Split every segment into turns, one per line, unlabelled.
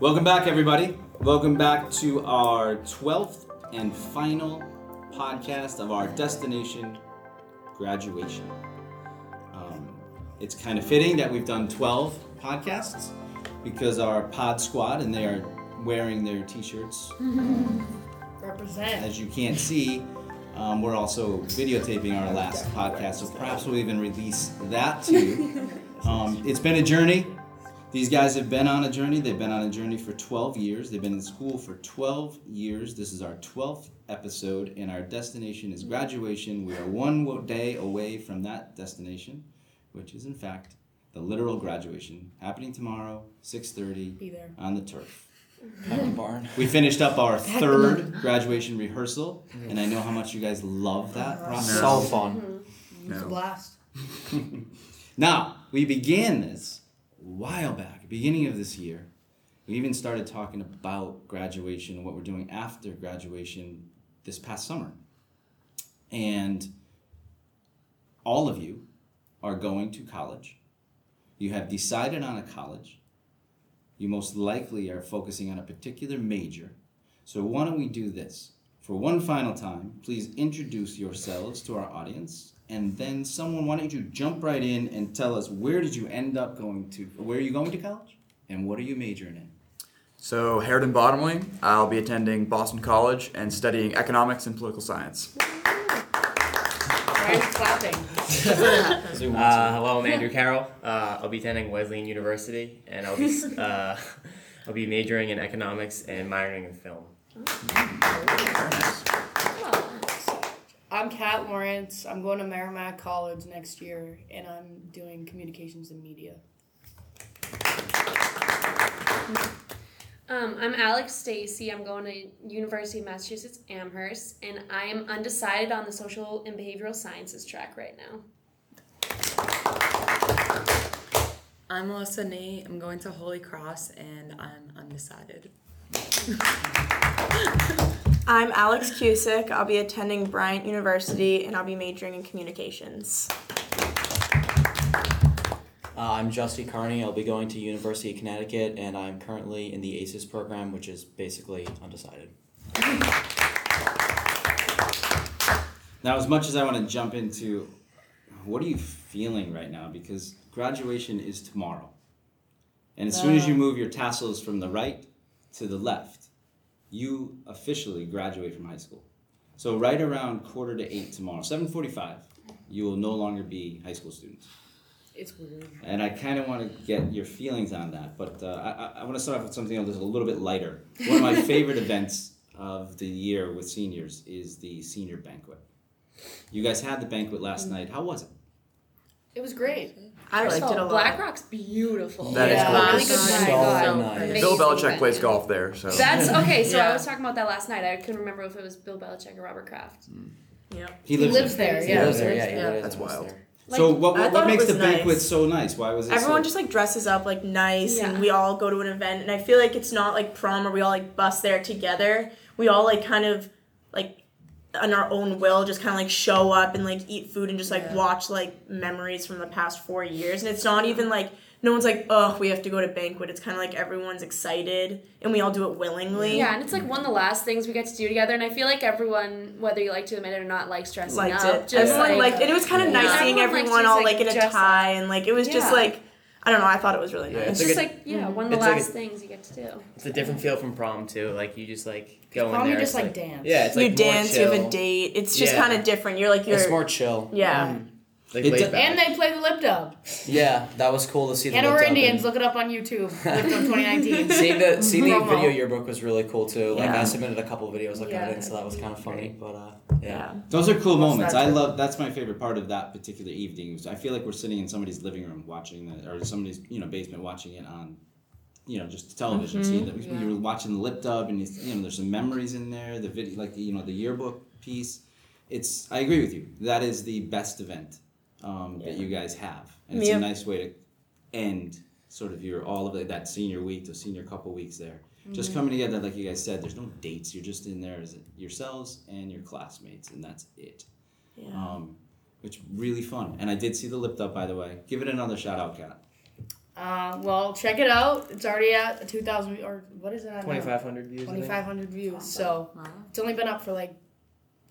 Welcome back, everybody. Welcome back to our 12th and final podcast of our destination graduation. Um, it's kind of fitting that we've done 12 podcasts because our pod squad, and they are wearing their t shirts.
Represent.
As you can't see, um, we're also videotaping our last podcast, so perhaps we'll even release that to you. Um, it's been a journey. These guys have been on a journey. They've been on a journey for 12 years. They've been in school for 12 years. This is our 12th episode, and our destination is graduation. We are one wo- day away from that destination, which is in fact the literal graduation happening tomorrow, 6:30
Be there.
on the turf.
Happy barn.
We finished up our third graduation rehearsal, and I know how much you guys love that process.
So fun.
It's a blast.
Now, we began this a while back, beginning of this year. We even started talking about graduation and what we're doing after graduation this past summer. And all of you are going to college. You have decided on a college. You most likely are focusing on a particular major. So, why don't we do this? For one final time, please introduce yourselves to our audience. And then, someone, why don't you jump right in and tell us where did you end up going to? Where are you going to college? And what are you majoring in?
So, Harriet and Bottomley, I'll be attending Boston College and studying economics and political science.
Why are you clapping?
Uh, hello, I'm Andrew Carroll. Uh, I'll be attending Wesleyan University, and I'll be uh, I'll be majoring in economics and minoring in film.
I'm Kat Lawrence. I'm going to Merrimack College next year, and I'm doing communications and media.
Um, I'm Alex Stacy. I'm going to University of Massachusetts Amherst, and I am undecided on the social and behavioral sciences track right now.
I'm Melissa Nay. I'm going to Holy Cross and I'm undecided.
I'm Alex Cusick. I'll be attending Bryant University and I'll be majoring in communications.
Uh, I'm Justy Carney. I'll be going to University of Connecticut, and I'm currently in the ACES program, which is basically undecided.
Now, as much as I want to jump into what are you feeling right now? Because graduation is tomorrow. And as soon as you move your tassels from the right to the left, you officially graduate from high school. So right around quarter to eight tomorrow, 745, you will no longer be high school students.
It's weird.
And I kind of want to get your feelings on that, but uh, I, I- I want to start off with something that's a little bit lighter. One of my favorite events of the year with seniors is the senior banquet. You guys had the banquet
Mm.
last night. How was it?
It was great.
I liked it a lot. Oh
BlackRock's beautiful.
That is
Yeah.
cool.
Really
good
so
vibe. God.
nice.
Bill
Amazing
Belichick plays
venue.
golf there, so.
That's okay. So I
Yeah.
was talking about that last night. I couldn't remember if it was Bill Belichick or Robert Kraft.
He
He
lives,
lives
there.
there,
He
yeah.
lives there, yeah, he
Yeah.
lives
That's
there.
wild.
so
Like,
what,
I
what,
thought it
makes the
was
banquet
nice.
so nice? Why was it
Everyone
so...
just like dresses up like nice
Yeah.
and we all go to an event and I feel like it's not like prom where we all like bust there together. We all like kind of like on our own will just kind of like show up and like eat food and just like
Yeah.
watch like memories from the past 4 years and it's not even like no one's like, "Oh, we have to go to banquet." It's kind of like everyone's excited and we all do it willingly.
Yeah, and it's like one of the last things we get to do together. And I feel like everyone, whether you like to admit it or not, likes dressing
liked
up.
it.
Just
everyone
like,
liked it. It was kind of
Yeah.
nice seeing
Everyone likes
everyone
just, like,
all like in a
dress up.
tie and like it was just
Yeah.
like I don't know. I thought it was really
Yeah,
It's
nice.
It's
just
like
like yeah, one of the
It's like
last
a-
things you get to do.
It's a different feel from prom too. Like you just like go in
Prom,
there.
you just
it's
like dance.
Yeah, it's like
you
more
dance. You have
chill,
a date. It's just
Yeah.
kind of different. You're like you're
It's more chill.
yeah.
Mm. Like
It
laid
d-
back.
And they play the lip dub.
Yeah, that was cool to see the
And
lift
we're
up
Indians.
and-
Look it up on YouTube. Lip dub 2019.
Seeing the seeing the
Promo.
video yearbook was really cool too. Like
Yeah.
I submitted a couple videos like
Yeah.
that in, so that was kind of funny. But uh, yeah,
yeah.
Those are cool
What's
moments.
that
I
trip?
love. That's my favorite part of that particular evening. Was I feel like we're sitting in somebody's living room watching that, or somebody's you know basement watching it on, you know, just television. Seeing that
yeah.
you're watching the lip dub, and you, you know, there's some memories in there. The video, like you know, the yearbook piece. It's. I agree with you. That is the best event um, that you guys have, and it's
Yeah.
a nice way to end sort of your all of that senior week, the senior couple weeks there. Just coming together, like you guys said, there's no dates. You're just in there as yourselves and your classmates, and that's it.
Yeah.
Um, which really fun. And I did see the lipped up, by the way. Give it another shout out, Kat.
Um, well, check it out. It's already at 2,000 view- or what is it?
Twenty five hundred views. I think.
2,500 views. So it's only been up for like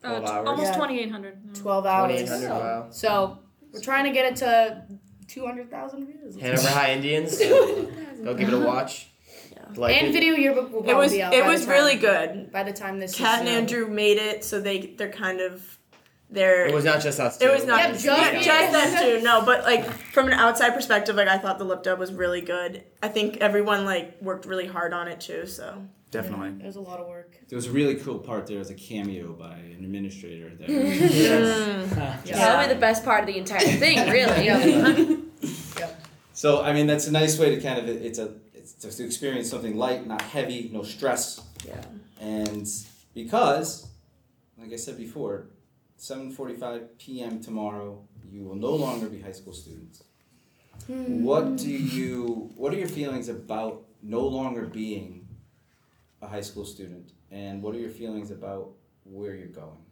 Uh,
Twelve
t-
hours.
almost
Yeah.
Mm.
2,800. now.
12 hours.
2,800, wow.
So we're trying to get it to 200,000 views.
Hanover High Indians. Go give it a watch. Like
and
it.
video yearbook will probably
It was
be out.
it
by
was
the time,
really good.
By the time this
Kat and
is uh, out.
Andrew made it, so they they're kind of they're.
It was not just us.
It
two.
was not
Yeah,
just,
just
yeah,
me.
just them two. No, but like from an outside perspective, like I thought the lip dub was really good. I think everyone like worked really hard on it too. So
Definitely.
It was a lot of work.
There was a really cool part there as a cameo by an administrator. That
Probably the best part of the entire thing, really.
so I mean, that's a nice way to kind of it's a it's to, to experience something light, not heavy, no stress.
Yeah.
And because, like I said before, 7:45 p.m. tomorrow, you will no longer be high school students.
Hmm.
What do you? What are your feelings about no longer being a high school student, and what are your feelings about where you're going?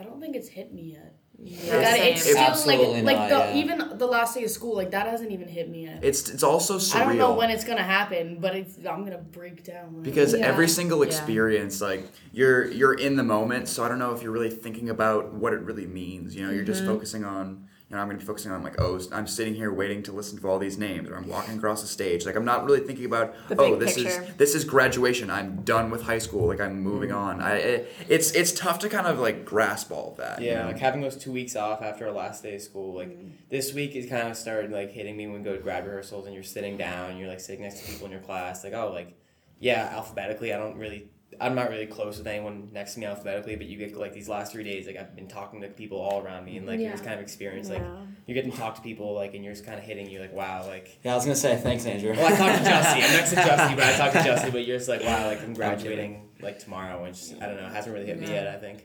I don't think it's hit me yet.
yeah.
Like, that, it's
It-
still
Absolutely
like
not,
like the,
yeah.
even the last day of school like that hasn't even hit me yet.
It's it's also surreal.
I don't know when it's gonna happen, but it's, I'm gonna break down. Like,
because
Yeah.
every single
Yeah.
experience like you're you're in the moment so i don't know if you're really thinking about what it really means you know you're just focusing on you know i'm going to be focusing on like oh i'm sitting here waiting to listen to all these names or i'm walking across the stage like i'm not really thinking about
The
oh
big
this
picture.
is this is graduation i'm done with high school like i'm moving on i it, it's it's tough to kind of like grasp all of that you
Yeah,
know?
like having those two weeks off after a last day of school, like
Mm-hmm.
this week is kind of started like hitting me when we go to grad rehearsals and you're sitting down, you're like sitting next to people in your class, like oh like yeah, alphabetically I don't really I'm not really close with anyone next to me alphabetically, but you get like these last three days, like I've been talking to people all around me and like
Yeah.
you just kind of experience like you get to talk to people like and you're just kind of hitting you like wow like
Yeah, I was gonna say thanks, Andrew.
well I talked to Jussie, I'm next to Jussie, but I talked to Jussie, but you're just like wow like I'm graduating like tomorrow, which I don't know hasn't really hit me yet I think.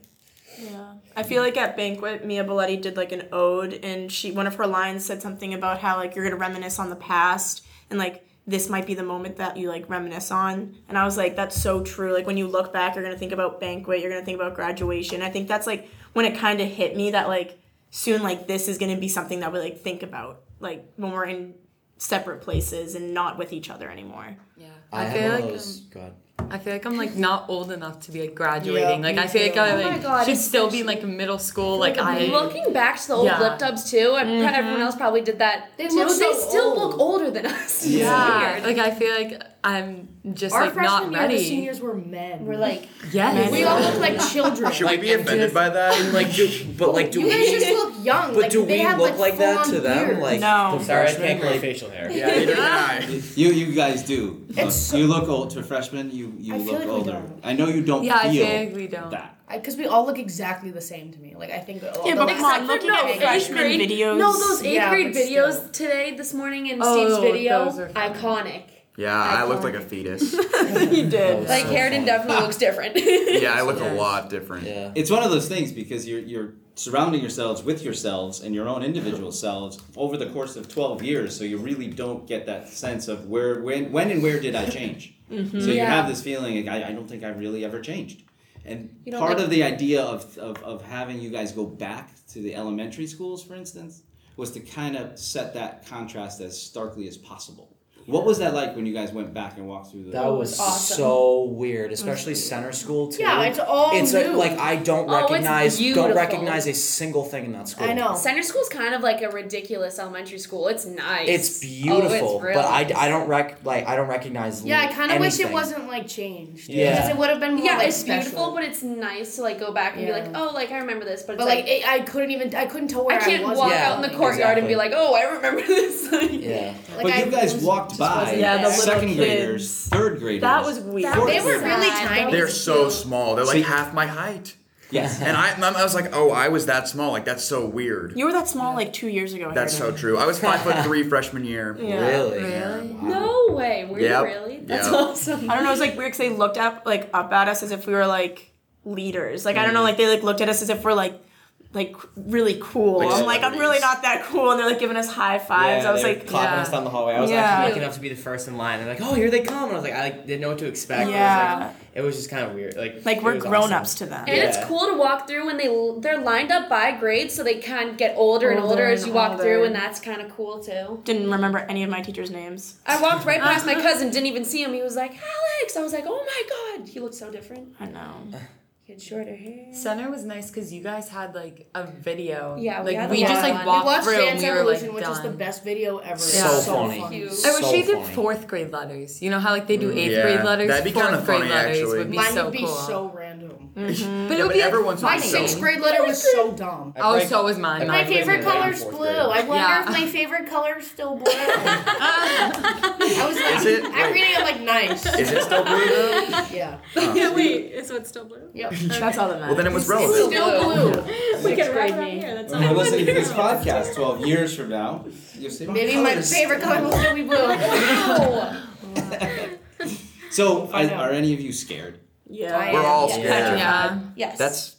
Yeah.
I feel like at banquet, Mia Belletti did like an ode, and she one of her lines said something about how like you're gonna reminisce on the past, and like this might be the moment that you like reminisce on. And I was like, that's so true. Like when you look back, you're gonna think about banquet, you're gonna think about graduation. I think that's like when it kind of hit me that like soon like this is gonna be something that we like think about like when we're in separate places and not with each other anymore.
Yeah.
I,
I,
have
feel
one
like
of
I'm,
those. Go ahead.
I feel like I'm like not old enough to be like graduating.
Yeah,
like
me
I feel like
too.
I
Oh my
like,
God,
should
it's
still
so
be in, like middle school. Like I
Looking back to the old
Yeah.
lip dubs too, and pro- everyone else probably did that.
They
too.
look so
they still
old.
look older than us. It's
yeah.
weird.
Like I feel like I'm just
our
like
freshman
not
year, the
ready.
seniors were men.
We're like,
Yes.
we all look like children.
should
Like,
we be
and
offended
just-
by that
And like, do, but like, do
you guys
we?
just look young.
But
like,
do
they
we
have,
look like that
full-on
to them?
beards.
Like,
No.
the
Sorry, I
freshmen,
can't grow
like-
facial hair.
yeah neither did I.
You you guys do. Look,
so-
you look old to freshmen. You you
I feel
look
like we
older.
don't.
I know you don't
Yeah, I
feel
feel like we don't.
that.
because we all look exactly the same to me. Like I think.
Yeah, but come on,
for
looking
no
at
eighth
freshman
grade-
videos.
no, those eighth
Yeah,
grade
but
videos
still.
today, this morning, in
Oh,
Steve's video,
those are fun.
iconic.
yeah i looked like a fetus
you did.
Like
so
Harridan
funny.
definitely looks different.
yeah i look a
Yes.
lot different
Yeah.
It's one of those things because you're you're surrounding yourselves with yourselves and your own individual selves over the course of 12 years so you really don't get that sense of where when when and where did i change so you
Yeah.
have this feeling like I, I don't think i really ever changed and
You don't
part
like-
of the idea of, of of having you guys go back to the elementary schools for instance was to kind of set that contrast as starkly as possible what was that like when you guys went back and walked through the
That was
awesome.
so weird, especially center school too.
Yeah, it's all
It's
new.
a, like I don't
Oh, it's
recognize don't
beautiful.
recognize a single thing in that school.
I know.
Center school's kind of like a ridiculous elementary school. It's nice.
It's
Oh, it's
beautiful,
real
but I,
nice.
I don't rec like I don't recognize.
Yeah, I kind of wish it
anything.
wasn't like changed.
Yeah.
Because it would have been more
yeah,
like
it's
special.
beautiful, but it's nice to like go back and
Yeah.
be like, oh, like I remember this, but,
But
it's
like, it, I couldn't even I couldn't tell
I
where I,
can't
was.
walk
Yeah,
out in the courtyard and be
exactly.
like, oh, I remember this. Like,
Yeah,
Like,
but
I
you guys
was-
walked
just
by
wasn't
Yeah, the
there.
little
second
kids.
graders third graders
that was weird.
That
They
was
were really
sad.
tiny.
they're so
Cute.
small they're like
See-
half my height
yes
and I, I was like oh i was that small like that's so weird
You were that small like two years ago.
That's so
Harden.
true. I was five foot three freshman year.
Yeah.
really.
Mm-hmm.
No way. Were
Yep.
you really? That's
Yep.
awesome.
I don't know. It's like weird because they looked
Mm.
up like up at us as if we were like leaders. Like I don't know. Like they like looked at us as if we're like like really cool.
Like
I'm like, I'm really
celebrities.
not that cool, and they're like giving us high fives.
Yeah,
I was
they were
like,
clapping
yeah.
us down the hallway. I was
Yeah.
actually looking up to be the first in line. They're like, "Oh, here they come!" And I was like, I like, didn't know what to expect.
yeah,
It was, like, it was just kind of weird. Like,
like
it
we're
was
grown
awesome.
ups to them.
And it's
Yeah.
cool to walk through when they they're lined up by grade, so they kind of get older, and
Older
older as
and
you walk
older.
through, and that's kind of cool too.
Didn't remember any of my teachers' names.
I walked right past
Uh-huh.
my cousin, didn't even see him. He was like, "Alex," I was like, "Oh my god!" He looked so different.
I know.
He had shorter hair.
Center was nice because you guys had like a video.
Yeah, we
like
had
we
a
just
lot.
like
We
We
walked
watched
through.
Dance
and we were
Evolution,
like
which is the
done.
best video ever. It's
So
funny.
I wish
So
they did
funny.
fourth grade letters. You know how like they do
Mm,
eighth
yeah.
grade letters.
That'd be
fourth
kinda
grade
funny,
letters
actually.
would be
Mine
so
would be
cool.
so random.
Mm-hmm.
but
Yeah,
it would
but
be.
everyone's
My
would be
funny.
sixth
so-
grade letter was so dumb.
I
Oh,
break-
so was mine.
I
My
Mine
break-
was
favorite
grade
really-
color is
and fourth
blue.
grade.
I wonder
Yeah.
if my favorite color is still blue. I was like,
Is it?
I'm reading it like nice.
Is it still blue? though?
Yeah.
Oh.
Wait, is it still blue?
Yep.
That's all that matters.
Well, then it was
It's
relevant.
still blue.
We
Sixth
can wrap
grade
it up
me.
here. That's
When we're
all.
listening to this podcast 12 years from now, you'll say, "Oh,
Maybe my
colors."
favorite color will still be blue.
Wow.
So,
Find
I-
out.
are any of you scared?
I
Yeah.
We're
am.
all
Yeah.
scared.
Yeah,
yes.
That's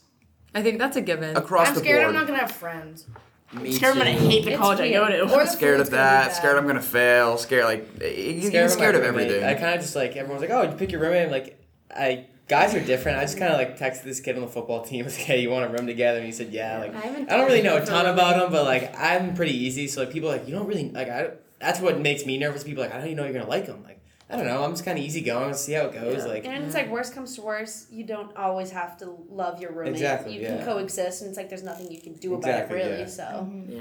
I think that's a given.
across
I'm
the
scared I'm
board.
not gonna have friends.
Me
Scared I'm gonna
too.
hate the
It's
college I go
weird.
to.
Or the
scared
food's
of
gonna be
that.
bad.
Scared I'm gonna fail. Scared like eh, you- you're
my
scared of
roommate.
everything.
I kind of just like everyone's like, "Oh, you pick your roommate." I'm like, I guys are different. I just kind of like texted this kid on the football team. I was like, "Hey, you want a room together?" And he said, "Yeah." Like,
I haven't.
I don't really know a ton about him, but like I'm pretty easy. So like people are like you don't really like I. That's what makes me nervous. People are like I don't even know you're gonna like him. Like I don't know. I'm just kind of easy going. See how it goes. Like mm.
And it's like worst comes to worst, you don't always have to love your roommate.
Exactly,
You
yeah.
can coexist, and it's like there's nothing you can do about
Exactly,
it really.
yeah.
So
Yeah.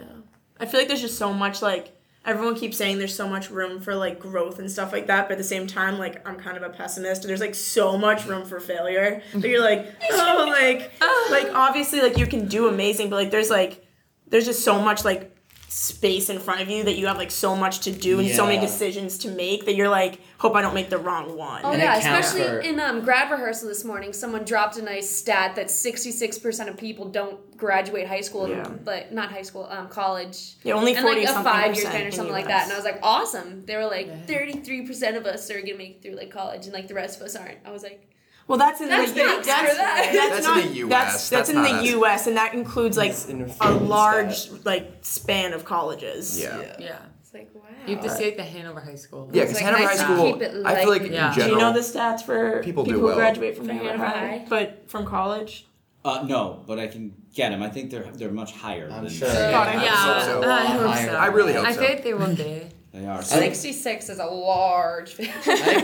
I feel like there's just so much like everyone keeps saying there's so much room for like growth and stuff like that, but at the same time, like I'm kind of a pessimist and there's like so much room for failure. But you're like, oh like like obviously like you can do amazing, but like there's like there's just so much like space in front of you that you have like so much to do and so many
Yeah.
decisions to make that you're like, hope I don't make the wrong one.
Oh
And
yeah,
it counts
especially
for-
in um, grad rehearsal this morning, someone dropped a nice stat that sixty-six percent of people don't graduate high school,
Yeah.
but not high school, um, college,
Yeah, only
and
forty
like a
something
five-year
percent
span or
in
something like
US.
that. And I was like, awesome. They were
Yeah.
like, thirty-three percent of us are gonna make it through like college, and like the rest of us aren't. I was like,
Well, that's in
That's
the
not-
that's,
screw that.
that's
That's
not
in the US.
That's, that's,
That's
in
not
the
us.
U.S. and that includes like
It's an
a
inferior
large
stat.
like span of colleges.
yeah.
Yeah.
Yeah,
it's like wow.
you have to see like the Hanover High School.
Uh, Yeah, because
It's like
Hanover
nice
High
to
School,
keep it
I feel
light.
like
Yeah.
in
Do
Do you
general,
know the stats for
People
people,
do
who
well.
graduate from
From
Hanover
Hanover
High,
High?
but from college?
Uh, no, but I can get them. I think they're they're much higher.
I'm
than
sure.
God, I
Yeah,
hope so.
I hope so.
I really hope
I
so.
feel like they will be.
They are. So,
Sixty-six is a large.
I think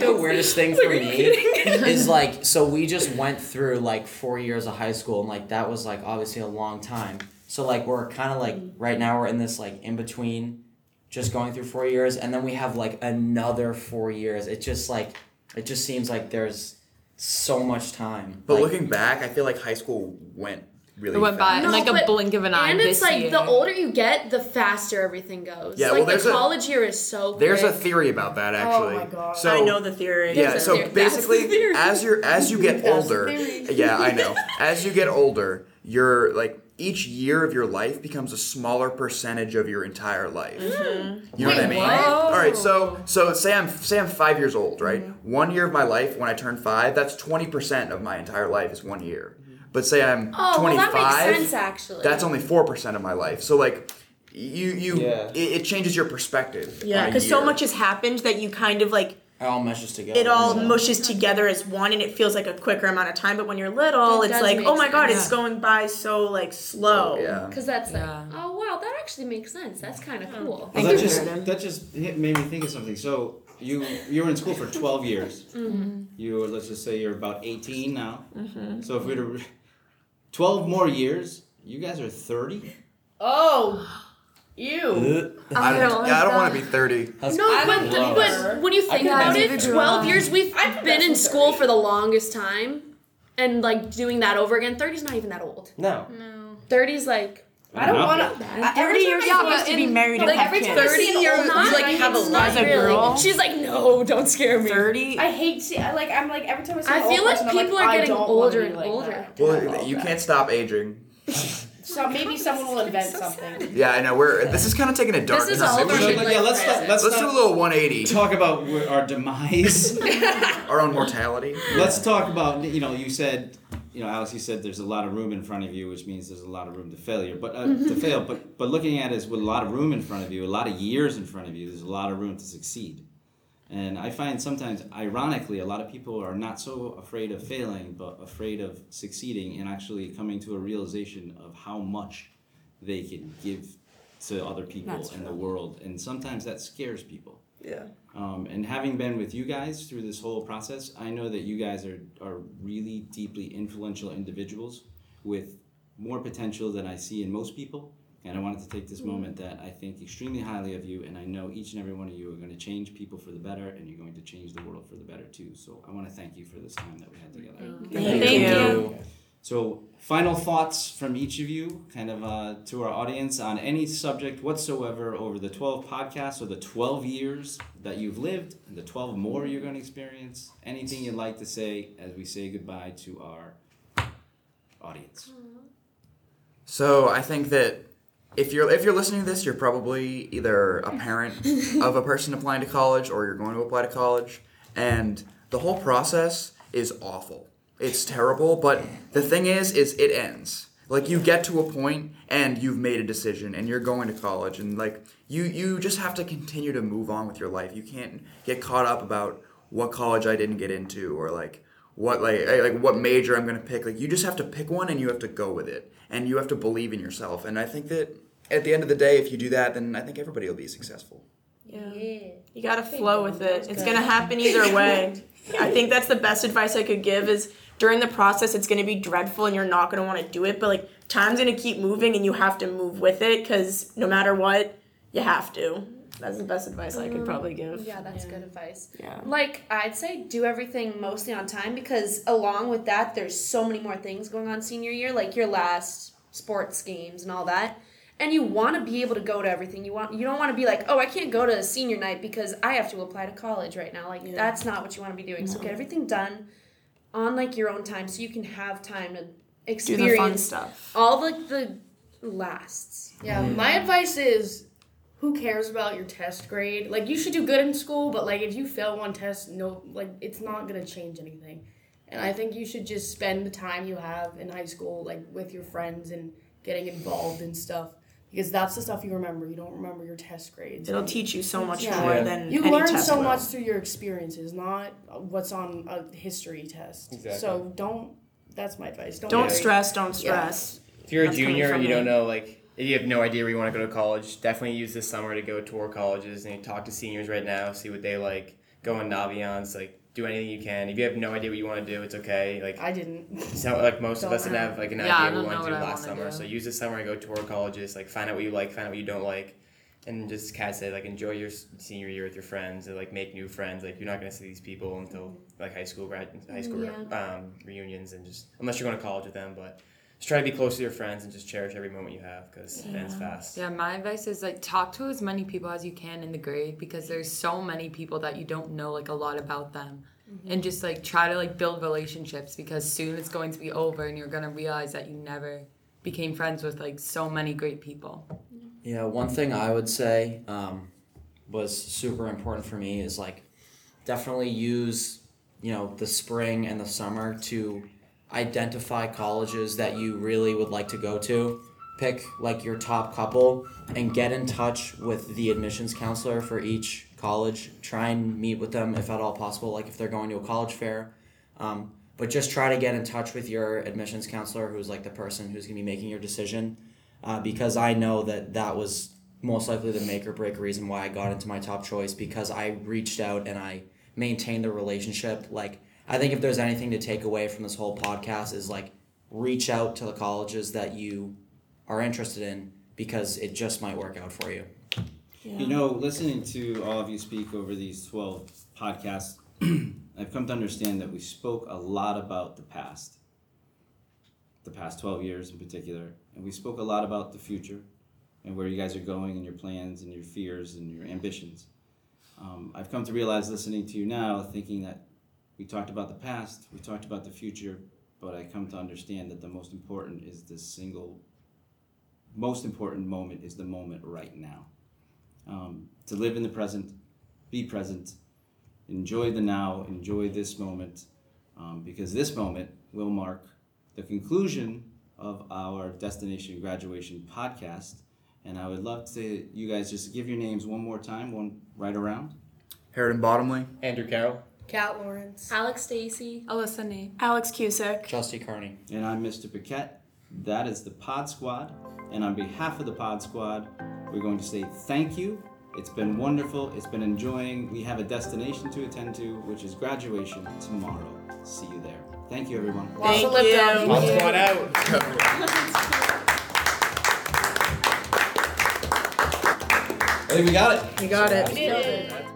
the weirdest thing for me is like, so we just went through like four years of high school, and like that was like obviously a long time. So like we're kind of like right now we're in this like in between, just going through four years, and then we have like another four years. It just like it just seems like there's so much time.
But
Like,
looking back, I feel like high school went really
It went by
fast.
No,
in like a
but-
blink of an eye.
and it's
this
like
year.
the older you get, the faster everything goes.
Yeah,
like
well, there's
the
a-
college year is so.
There's a
quick.
theory about that actually.
my God.
So
I know the theory.
yeah,
There's a
so
theory. That's the
basically
theory.
as you're as you get
That's the
older,
theory.
yeah, I know. As you get older, you're like each year of your life becomes a smaller percentage of your entire life. You know what I
Mm-hmm. Wait,
mean?
what?
All right, so so say I'm say I'm 5 years old, right?
Mm-hmm.
1 year of my life when I turn 5, that's 20% of my entire life is 1 year. But say I'm
Mm-hmm. Oh,
25,
well, that makes sense actually.
that's only 4% of my life. So like you you
Yeah.
it, it changes your perspective. on
Yeah,
a
because so
year.
much has happened that you kind of like
it all meshes together.
it all
Yeah.
mushes together as one, and it feels like a quicker amount of time. But when you're little,
It
it's
does
like,
make
oh my god,
sense.
it's going by so like slow.
Oh, yeah.
Because that's like,
Yeah.
oh wow, that actually makes sense. That's kind of cool.
well,
Thank
that
you,
just
Jordan.
that just hit, made me think of something. So you you were in school for 12 years.
Mm-hmm.
You were, let's just say you're about 18 now. So if we were to 12 more years, you guys are 30.
Oh, you.
I don't,
Oh my
yeah, I don't
God.
want to be 30.
That's-
No, but,
love
but when you think
can
about
imagine
it,
the
twelve
drama.
years we've
the
been in
best with
school
30.
for the longest time, and like doing that over again. 30's not even that old.
no.
No.
30's like
I don't
Not
want
bad.
to.
Thirty years
Yeah,
supposed
but
to be
in-
married and
like,
have
every time
kids.
30 year old.
you, like, have a lot
of girl.
She's like, no, don't scare me.
Thirty.
I hate see. I like. I'm like every time I see.
I
an old
feel like
person, I'm
people are
I
getting
don't wanna
older
be
and
like
older.
that.
Well, you can't stop aging.
So maybe someone will invent
so
something.
Yeah, I know. We're this is kind of taking a dark
This is
turn.
all
Maybe we
over
should-
the
Like, yeah, let's not, let's,
let's do
not
a little 180.
talk about wh- our demise.
Our own mortality.
let's talk about you know you said you know, Alex, you said there's a lot of room in front of you, which means there's a lot of room to failure, but uh, to fail. But but looking at it is with a lot of room in front of you, a lot of years in front of you, there's a lot of room to succeed. And I find sometimes, ironically, a lot of people are not so afraid of failing, but afraid of succeeding and actually coming to a realization of how much they can give to other people
That's
and the world. And sometimes that scares people.
Yeah.
Um, and having been with you guys through this whole process, I know that you guys are, are really deeply influential individuals with more potential than I see in most people. And I wanted to take this moment that I think extremely highly of you, and I know each and every one of you are going to change people for the better, and you're going to change the world for the better too. So I want to thank you for this time that we had together.
Thank
you.
So, final thoughts from each of you, kind of uh, to our audience on any subject whatsoever over the 12 podcasts or the 12 years that you've lived and the 12 more you're going to experience. Anything you'd like to say as we say goodbye to our audience?
So I think that if you're if you're listening to this, you're probably either a parent of a person applying to college or you're going to apply to college, and the whole process is awful. It's terrible, but the thing is, is it ends. Like you get to a point and you've made a decision and you're going to college and like you you just have to continue to move on with your life. You can't get caught up about what college I didn't get into or like what like I- like what major I'm gonna pick. Like you just have to pick one and you have to go with it and you have to believe in yourself. And I think that at the end of the day, if you do that, then I think everybody will be successful.
Yeah.
Yeah.
You gotta flow with it. It's
good.
gonna happen either way. I think that's the best advice I could give is during the process it's gonna be dreadful and you're not gonna wanna do it, but like time's gonna keep moving and you have to move with it because no matter what, you have to. That's the best advice
Mm-hmm.
I could probably give.
Yeah, that's good advice.
Yeah.
Like I'd say do everything mostly on time because along with that there's so many more things going on senior year like your last sports games and all that. And you want to be able to go to everything. You want you don't want to be like, "Oh, I can't go to senior night because I have to apply to college right now." Like that's not what you want to be doing. So get everything done on like your own time so you can have time to
Do the fun
experience
stuff.
all like the lasts.
Yeah,
Mm.
my advice is who cares about your test grade? Like you should do good in school, but like if you fail one test, no like it's not going to change anything. And I think you should just spend the time you have in high school like with your friends and getting involved in stuff because that's the stuff you remember. You don't remember your test grades.
It'll teach you so much
Yeah.
more
Yeah.
than
you
any
learn
test
so
will.
much through your experiences, not what's on a history test.
Exactly.
So don't that's my advice. Don't
Don't
worry.
stress, don't
Yeah.
stress.
If you're a
That's coming
junior
from
and you
me.
don't know, like, if you have no idea where you want to go to college, definitely use this summer to go tour colleges and talk to seniors right now, see what they like. Go on Naviance, like, do anything you can. If you have no idea what you want to do, it's okay. Like,
I didn't.
so, like most of
Don't
us didn't have like an
Yeah, I
idea
don't
what we wanted
know
to do
what I
last
wanna
summer.
do.
So use this summer to go tour colleges, like find out what you like, find out what you don't like, and just Kat said, like enjoy your s- senior year with your friends and like make new friends. Like you're not gonna see these people until like high school grad, high school um, reunions, and just unless you're going to college with them. But just try to be close to your friends and just cherish every moment you have because it ends fast.
Yeah, my advice is like talk to as many people as you can in the grade because there's so many people that you don't know like a lot about them. And just like try to like build relationships because soon it's going to be over and you're going to realize that you never became friends with like so many great people.
Yeah, one thing I would say um, was super important for me is like definitely use you know the spring and the summer to identify colleges that you really would like to go to. Pick like your top couple and get in touch with the admissions counselor for each college. Try and meet with them if at all possible. Like if they're going to a college fair, um, but just try to get in touch with your admissions counselor, who's like the person who's going to be making your decision, uh, because I know that that was most likely the make or break reason why I got into my top choice because I reached out and I maintained the relationship. Like, I think if there's anything to take away from this whole podcast is like reach out to the colleges that you are interested in because it just might work out for you.
You know, listening to all of you speak over these 12 podcasts, I've come to understand that we spoke a lot about the past, the past 12 years in particular, and we spoke a lot about the future and where you guys are going and your plans and your fears and your ambitions. Um, I've come to realize listening to you now, thinking that we talked about the past, we talked about the future, but I come to understand that the most important is the single, most important moment is the moment right now um, to live in the present, be present, enjoy the now, enjoy this moment, um, because this moment will mark the conclusion of our Destination Graduation podcast. And I would love to you guys just give your names one more time, one right around.
Harriet Bottomley.
Andrew Carroll.
Cat Lawrence.
Alex Stacy.
Alyssa Nee.
Alex Cusick.
Chelsea Carney.
And I'm Mr. Paquette. That is the Pod Squad. And on behalf of the Pod Squad, we're going to say thank you. It's been wonderful. It's been enjoying. We have a destination to attend to, which is graduation tomorrow. See you there. Thank you, everyone.
Lots of
Thank
lip
you.
dub.
Pod squad out.
I think we got it.
You got it.
We did it.